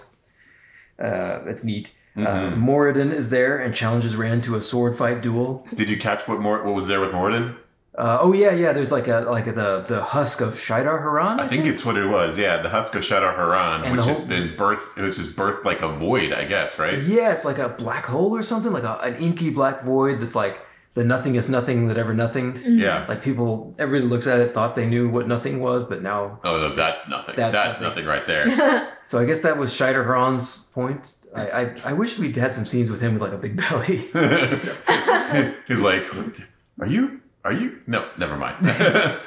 Speaker 2: Uh, that's neat. Uh,
Speaker 3: Mm-hmm.
Speaker 2: Moradin is there and challenges Rand to a sword fight duel.
Speaker 3: Did you catch what more what was there with Morden?
Speaker 2: Uh, oh yeah, yeah. There's like a like the the husk of Shidar Haran.
Speaker 3: I think it's what it was. Yeah, the husk of Shadar Haran,
Speaker 2: Mhm. And
Speaker 3: which
Speaker 2: the
Speaker 3: has
Speaker 2: whole-
Speaker 3: been birthed. It was just birthed like a void, I guess, right?
Speaker 2: Yeah, it's like a black hole or something, like a, an inky black void that's like the nothing is nothing that ever nothinged.
Speaker 3: Yeah.
Speaker 2: Like people, everybody looks at it, thought they knew what nothing was, but now.
Speaker 3: Oh, no, that's nothing. That's,
Speaker 2: That's
Speaker 3: nothing.
Speaker 2: nothing.
Speaker 3: right there.
Speaker 2: So I guess that was Scheider Haran's point. I, I I wish we'd had some scenes with him with like a big belly.
Speaker 3: He's like, "Are you? Are you? No, never mind.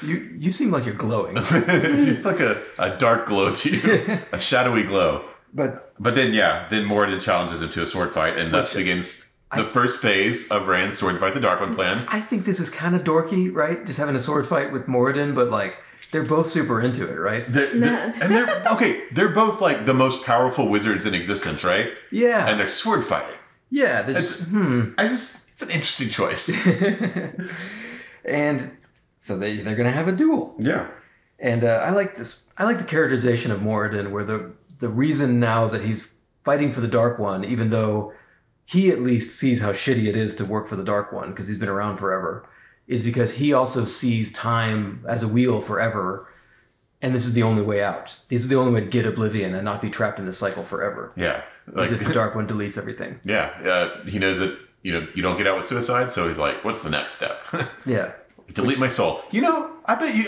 Speaker 3: you
Speaker 2: you seem like you're glowing,
Speaker 3: you like a, a dark glow to you, a shadowy glow."
Speaker 2: but
Speaker 3: But then, yeah, then Moradin challenges him to a sword fight, and thus begins the first phase of Rand's sword fight, the Dark One plan.
Speaker 2: I think this is kind of dorky, right? Just having a sword fight with Moradin, but like they're both super into it, right?
Speaker 3: They're- they're- and they're okay. They're both like the most powerful wizards in existence, right?
Speaker 2: Yeah,
Speaker 3: And they're sword fighting.
Speaker 2: yeah. they're just- hmm.
Speaker 3: I just, it's an interesting choice.
Speaker 2: And so they they're gonna have a duel.
Speaker 3: yeah.
Speaker 2: And uh, I like this. I like the characterization of Moradin, where the the reason now that he's fighting for the Dark One, even though he at least sees how shitty it is to work for the Dark One because he's been around forever, is because he also sees time as a wheel forever, and this is the only way out. This is the only way to get oblivion and not be trapped in this cycle forever.
Speaker 3: Yeah. Like,
Speaker 2: As if the Dark One deletes everything.
Speaker 3: yeah. Uh, he knows that, you know, you don't get out with suicide, so he's like, what's the next step?
Speaker 2: Yeah,
Speaker 3: delete my soul. You know, I bet you,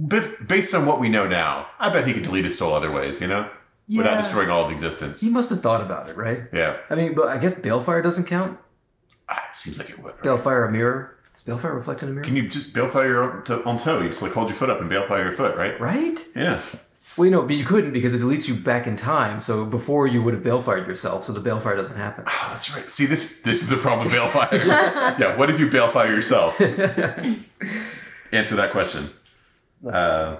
Speaker 3: bef- based on what we know now, I bet he could delete his soul other ways, you know? Without
Speaker 2: Yeah.
Speaker 3: destroying all of existence.
Speaker 2: he must have thought about it, right?
Speaker 3: Yeah.
Speaker 2: I mean, but I guess Balefire doesn't count.
Speaker 3: Ah, it seems like it would. right?
Speaker 2: Balefire a mirror. Does Balefire reflect in a mirror?
Speaker 3: Can you just bail fire your own, to, on toe? You just like hold your foot up and bail fire your foot, right?
Speaker 2: Right.
Speaker 3: Yeah.
Speaker 2: Well, you know, but you couldn't because it deletes you back in time. So before you would have bailfired yourself, so the bailfire doesn't happen.
Speaker 3: Oh, that's right. See, this this is the problem with bail fire. yeah. What if you bail fire yourself? Answer that question. Uh,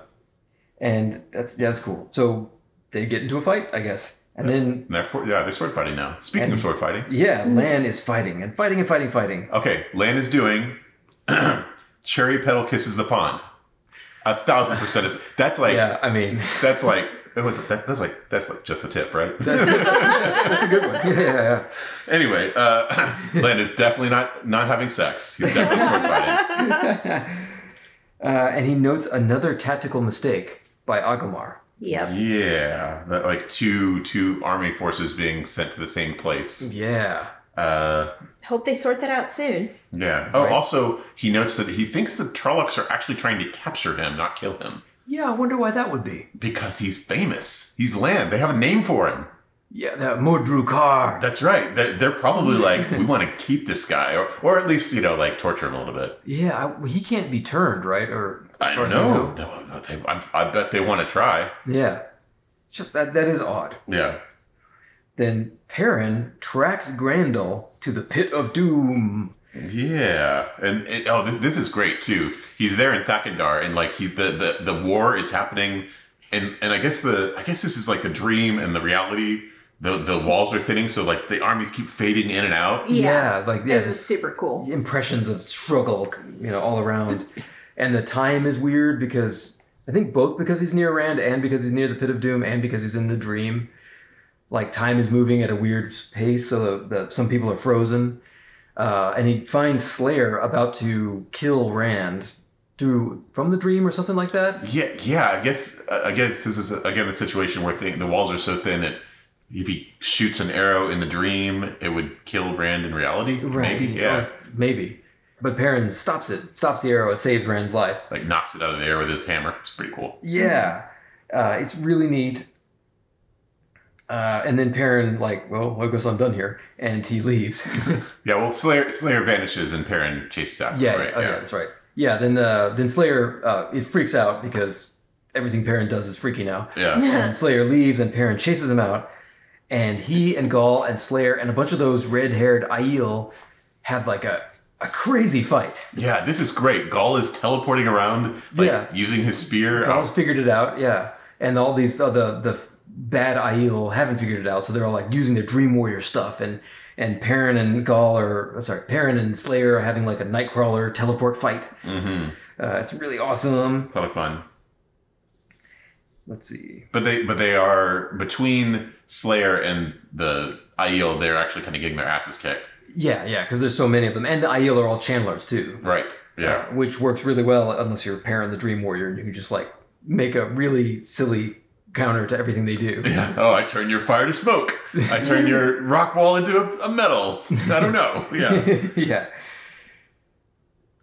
Speaker 2: And that's yeah, that's cool. So they get into a fight, I guess. And then
Speaker 3: and they're for, yeah, they're sword fighting now. Speaking of
Speaker 2: And-
Speaker 3: sword fighting,
Speaker 2: yeah, Lan is fighting and fighting and fighting, fighting.
Speaker 3: okay, Lan is doing cherry petal kisses the pond. A thousand percent is that's like
Speaker 2: Yeah, I mean
Speaker 3: that's like it was that, that's like that's like just the tip, right?
Speaker 2: that's a good one. Yeah, yeah, yeah.
Speaker 3: anyway, uh, Lan is definitely not not having sex. He's definitely sword fighting.
Speaker 2: Uh, and he notes another tactical mistake by Agumar.
Speaker 1: Yep.
Speaker 3: Yeah, that like two two army forces being sent to the same place.
Speaker 2: Yeah.
Speaker 3: Uh,
Speaker 1: Hope they sort that out soon.
Speaker 3: yeah. Oh,
Speaker 2: Right.
Speaker 3: also he notes that he thinks the Trollocs are actually trying to capture him, not kill him,
Speaker 2: Yeah, I wonder why that would be.
Speaker 3: because he's famous. He's land. They have a name for him.
Speaker 2: Yeah, that Modrukar.
Speaker 3: That's right. They're, they're probably like, we want to keep this guy, or or at least you know like torture him a little bit.
Speaker 2: Yeah, I, he can't be turned, right? Or as
Speaker 3: I
Speaker 2: far as
Speaker 3: don't
Speaker 2: we
Speaker 3: know. No, no. They, I, I bet they want to try.
Speaker 2: Yeah. It's Just that that is odd.
Speaker 3: Yeah.
Speaker 2: Then Perrin tracks Grandal to the pit of doom.
Speaker 3: Yeah, and it, oh, this, this is great too. He's there in Thakandar, and like he, the, the the war is happening, and and I guess the I guess this is like the dream and the reality. The the walls are thinning, so like the armies keep fading in and out.
Speaker 1: Yeah.
Speaker 2: like yeah,
Speaker 1: It was super cool.
Speaker 2: impressions of struggle, you know, all around. and the time is weird because I think both because he's near Rand and because he's near the Pit of Doom and because he's in the dream. Like time is moving at a weird pace, so the, the, some people are frozen. Uh, and he finds Slayer about to kill Rand through from the dream or something like that.
Speaker 3: Yeah, yeah. I guess I guess this is again the situation where thing, the walls are so thin that if he shoots an arrow in the dream, it would kill Rand in reality.
Speaker 2: Right.
Speaker 3: Maybe, yeah.
Speaker 2: Or maybe. But Perrin stops it, stops the arrow, and saves Rand's life.
Speaker 3: Like knocks it out of the air with his hammer. It's pretty cool.
Speaker 2: Yeah, uh, it's really neat. Uh, and then Perrin like, well, I guess I'm done here, and he leaves.
Speaker 3: Yeah. Well, Slayer Slayer vanishes and Perrin chases after.
Speaker 2: yeah,
Speaker 3: him, right?
Speaker 2: oh, yeah, that's right. Yeah, then uh, then Slayer uh, it freaks out because everything Perrin does is freaky now.
Speaker 3: yeah. Yeah.
Speaker 2: and Slayer leaves, and Perrin chases him out. And he and Gaul and Slayer and a bunch of those red-haired Aiel have like a, a crazy fight.
Speaker 3: Yeah, This is great. Gaul is teleporting around, like
Speaker 2: Yeah.
Speaker 3: using his spear.
Speaker 2: Gaul's figured it out, yeah. And all these uh, the the bad Aiel haven't figured it out, so they're all like using their Dream Warrior stuff. And and Perrin and Gaul are sorry, Perrin and Slayer are having like a Nightcrawler teleport fight.
Speaker 3: hmm
Speaker 2: Uh, it's really awesome.
Speaker 3: It's a lot of fun.
Speaker 2: Let's see.
Speaker 3: But they but they are between Slayer and the Aiel. They're actually kind of getting their asses kicked.
Speaker 2: Yeah, yeah, because there's so many of them, and the Aiel are all Chandlers too.
Speaker 3: Right. Yeah.
Speaker 2: uh, which works really well unless you're Perrin the Dream Warrior and you can just like make a really silly counter to everything they do.
Speaker 3: Oh, I turn your fire to smoke. I turn your rock wall into a, a metal. I don't know. Yeah.
Speaker 2: yeah.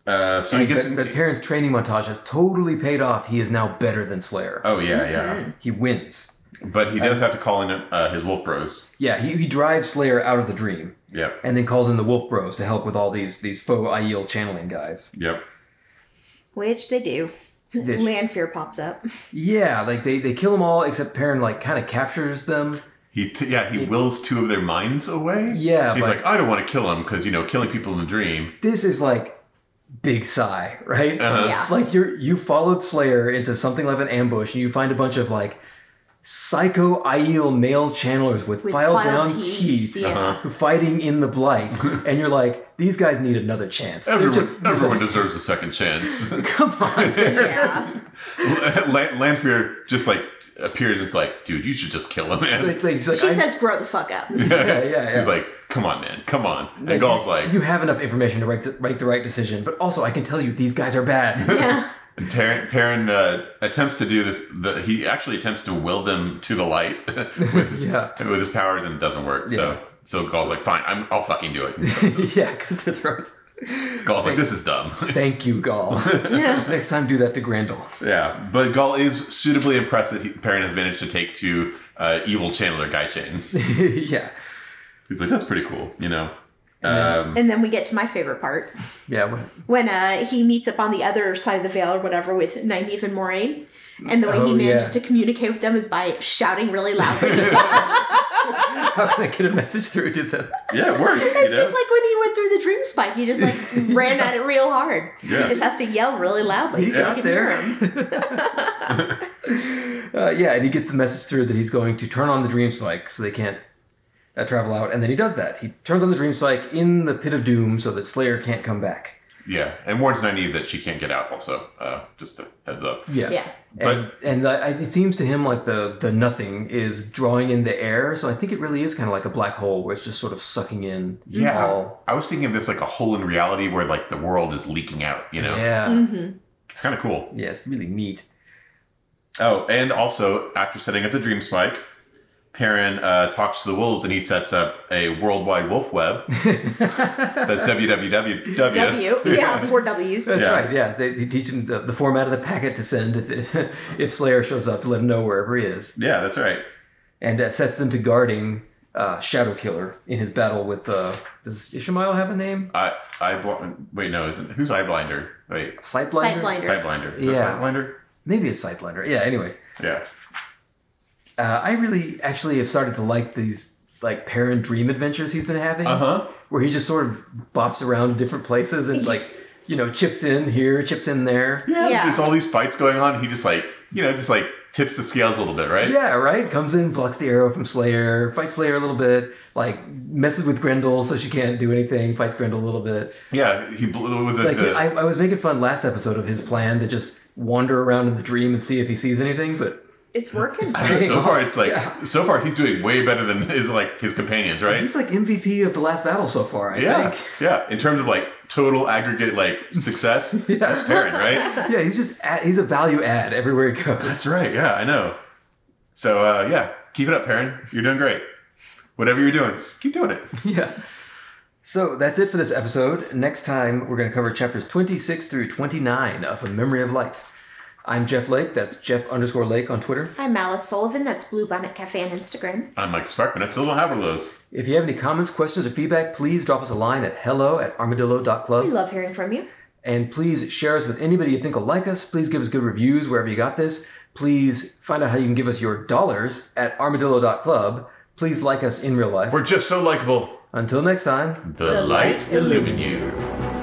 Speaker 3: Uh, so he
Speaker 2: And
Speaker 3: gets.
Speaker 2: but, but Perrin's training montage has totally paid off. He is now better than Slayer.
Speaker 3: oh yeah, yeah.
Speaker 2: He wins.
Speaker 3: But he does have to call in uh, his wolf bros.
Speaker 2: Yeah, he, he drives Slayer out of the dream
Speaker 3: Yep.
Speaker 2: and then calls in the Wolf Bros to help with all these these faux Aiel channeling guys.
Speaker 3: Yep.
Speaker 1: Which they do.
Speaker 2: This-
Speaker 1: Landfear pops up.
Speaker 2: Yeah, like they, they kill them all except Perrin like kind of captures them.
Speaker 3: He t- yeah he wills two of their minds away.
Speaker 2: Yeah,
Speaker 3: He's
Speaker 2: but-
Speaker 3: like, I don't want to kill him because you know killing people in the dream.
Speaker 2: This is like big sigh, right?
Speaker 3: Uh,
Speaker 1: yeah.
Speaker 2: like you're you followed Slayer into something like an ambush, and you find a bunch of like psycho Aiel male channelers with,
Speaker 1: With
Speaker 2: filed
Speaker 1: filed
Speaker 2: down
Speaker 1: teeth,
Speaker 2: teeth,
Speaker 1: yeah.
Speaker 3: Uh-huh.
Speaker 2: fighting in the blight, and you're like, these guys need another chance. They're
Speaker 3: Everyone,
Speaker 2: just-
Speaker 3: everyone deserves a second chance.
Speaker 2: Come on,
Speaker 1: Yeah.
Speaker 3: Lan- Lanfear just like appears and is like, dude, you should just kill him, man.
Speaker 2: like, like, she's like,
Speaker 1: She
Speaker 2: I-
Speaker 1: says, grow the fuck up.
Speaker 2: yeah, yeah, yeah.
Speaker 3: He's like, come on, man, come on. And Gaul's like,
Speaker 2: you have enough information to make the, make the right decision, but also I can tell you these guys are bad.
Speaker 1: Yeah.
Speaker 3: and Perrin, Perrin uh, attempts to do the, the, he actually attempts to will them to the light with, his,
Speaker 2: Yeah.
Speaker 3: with his powers and it doesn't work.
Speaker 2: Yeah.
Speaker 3: So, so Gaul's like, fine, I'm, I'll fucking do it.
Speaker 2: yeah, because their throats.
Speaker 3: Gaul's like, this is dumb.
Speaker 2: Thank you, Gaul.
Speaker 1: Yeah.
Speaker 2: Next time, do that to Grendel.
Speaker 3: yeah. But Gaul is suitably impressed that he, Perrin has managed to take to uh, evil Chandler Guy Shane.
Speaker 2: yeah,
Speaker 3: He's like, that's pretty cool, you know? Um,
Speaker 1: And then we get to my favorite part.
Speaker 2: yeah. what-
Speaker 1: when uh, he meets up on the other side of the veil or whatever with Nynaeve and Moraine. And the way he
Speaker 2: Oh, yeah.
Speaker 1: manages to communicate with them is by shouting really loudly.
Speaker 2: How can I get a message through to them?
Speaker 3: yeah, it works. you
Speaker 1: it's
Speaker 3: know?
Speaker 1: just like when he went through the dream spike, he just like ran at it real hard.
Speaker 3: Yeah.
Speaker 1: He just has to yell really loudly.
Speaker 2: He's
Speaker 1: so
Speaker 2: out
Speaker 1: you can
Speaker 2: there.
Speaker 1: hear him.
Speaker 2: Uh, yeah, and he gets the message through that he's going to turn on the dream spike so they can't uh, travel out. And then he does that. He turns on the dream spike in the pit of doom so that Slayer can't come back.
Speaker 3: Yeah, and warns Nynaeve that she can't get out. Also, uh, just a heads up.
Speaker 2: Yeah.
Speaker 1: Yeah.
Speaker 2: And, and I, I- it seems to him like the, the nothing is drawing in the air. So I think it really is kind of like a black hole where it's just sort of sucking in.
Speaker 3: Yeah,
Speaker 2: all-
Speaker 3: I was thinking of this like a hole in reality where like the world is leaking out. You know,
Speaker 2: Yeah.
Speaker 1: Mm-hmm.
Speaker 3: it's kind of cool.
Speaker 2: Yeah, it's really neat.
Speaker 3: Oh, and also after setting up the dream spike, Perrin uh, talks to the wolves and he sets up a worldwide wolf web. That's www.
Speaker 1: W. Yeah, four W's.
Speaker 2: That's
Speaker 3: Yeah.
Speaker 2: right. Yeah, they, they teach him the, the format of the packet to send if, if, if Slayer shows up to let him know wherever he is,
Speaker 3: Yeah, that's right.
Speaker 2: and uh, sets them to guarding uh, Shadow Killer in his battle with. Uh, does Ishmael have a name?
Speaker 3: I I wait no isn't who's Eyeblinder wait
Speaker 2: Sightblinder.
Speaker 1: Sightblinder.
Speaker 3: Sightblinder is
Speaker 2: Yeah.
Speaker 3: that Sightblinder
Speaker 2: Maybe it's Sightblinder. Yeah. Anyway,
Speaker 3: yeah
Speaker 2: uh, I really actually have started to like these like parent dream adventures he's been having,
Speaker 3: uh huh
Speaker 2: where he just sort of bops around to different places and like you know chips in here, chips in there.
Speaker 3: Yeah,
Speaker 1: Yeah.
Speaker 3: there's all these fights going on. He just like, you know, just like tips the scales a little bit, right?
Speaker 2: Yeah, right? Comes in, blocks the arrow from Slayer, fights Slayer a little bit, like messes with Grendel so she can't do anything, fights Grendel a little bit.
Speaker 3: Yeah, Uh, he blew, was it
Speaker 2: Like,
Speaker 3: the,
Speaker 2: I, I was making fun last episode of his plan to just wander around in the dream and see if he sees anything, but
Speaker 1: It's working.
Speaker 3: I mean, so far it's like
Speaker 2: Yeah.
Speaker 3: so far he's doing way better than his like his companions, right?
Speaker 2: he's like MVP of the last battle so far, I
Speaker 3: Yeah,
Speaker 2: think.
Speaker 3: yeah. In terms of like total aggregate like success,
Speaker 2: Yeah.
Speaker 3: that's Perrin, right?
Speaker 2: Yeah, he's just at, he's a value add everywhere he goes.
Speaker 3: That's right. Yeah, I know. So uh, yeah, keep it up, Perrin. You're doing great. Whatever you're doing, just keep doing it.
Speaker 2: yeah. So that's it for this episode. Next time, we're going to cover chapters 26 through 29 of A Memory of Light. I'm Jeff Lake. That's Jeff underscore Lake on Twitter.
Speaker 1: I'm Alice Sullivan. That's Blue Bonnet Cafe on Instagram.
Speaker 3: I'm Mike Sparkman. I still don't have one of those.
Speaker 2: If you have any comments, questions, or feedback, please drop us a line at hello at
Speaker 1: We
Speaker 2: armadillo.club.
Speaker 1: love hearing from you.
Speaker 2: And please share us with anybody you think will like us. Please give us good reviews wherever you got this. Please find out how you can give us your dollars at armadillo.club. Please like us in real life.
Speaker 3: We're just so likable.
Speaker 2: Until next time.
Speaker 3: The,
Speaker 1: The
Speaker 3: light
Speaker 1: light
Speaker 3: illumine you.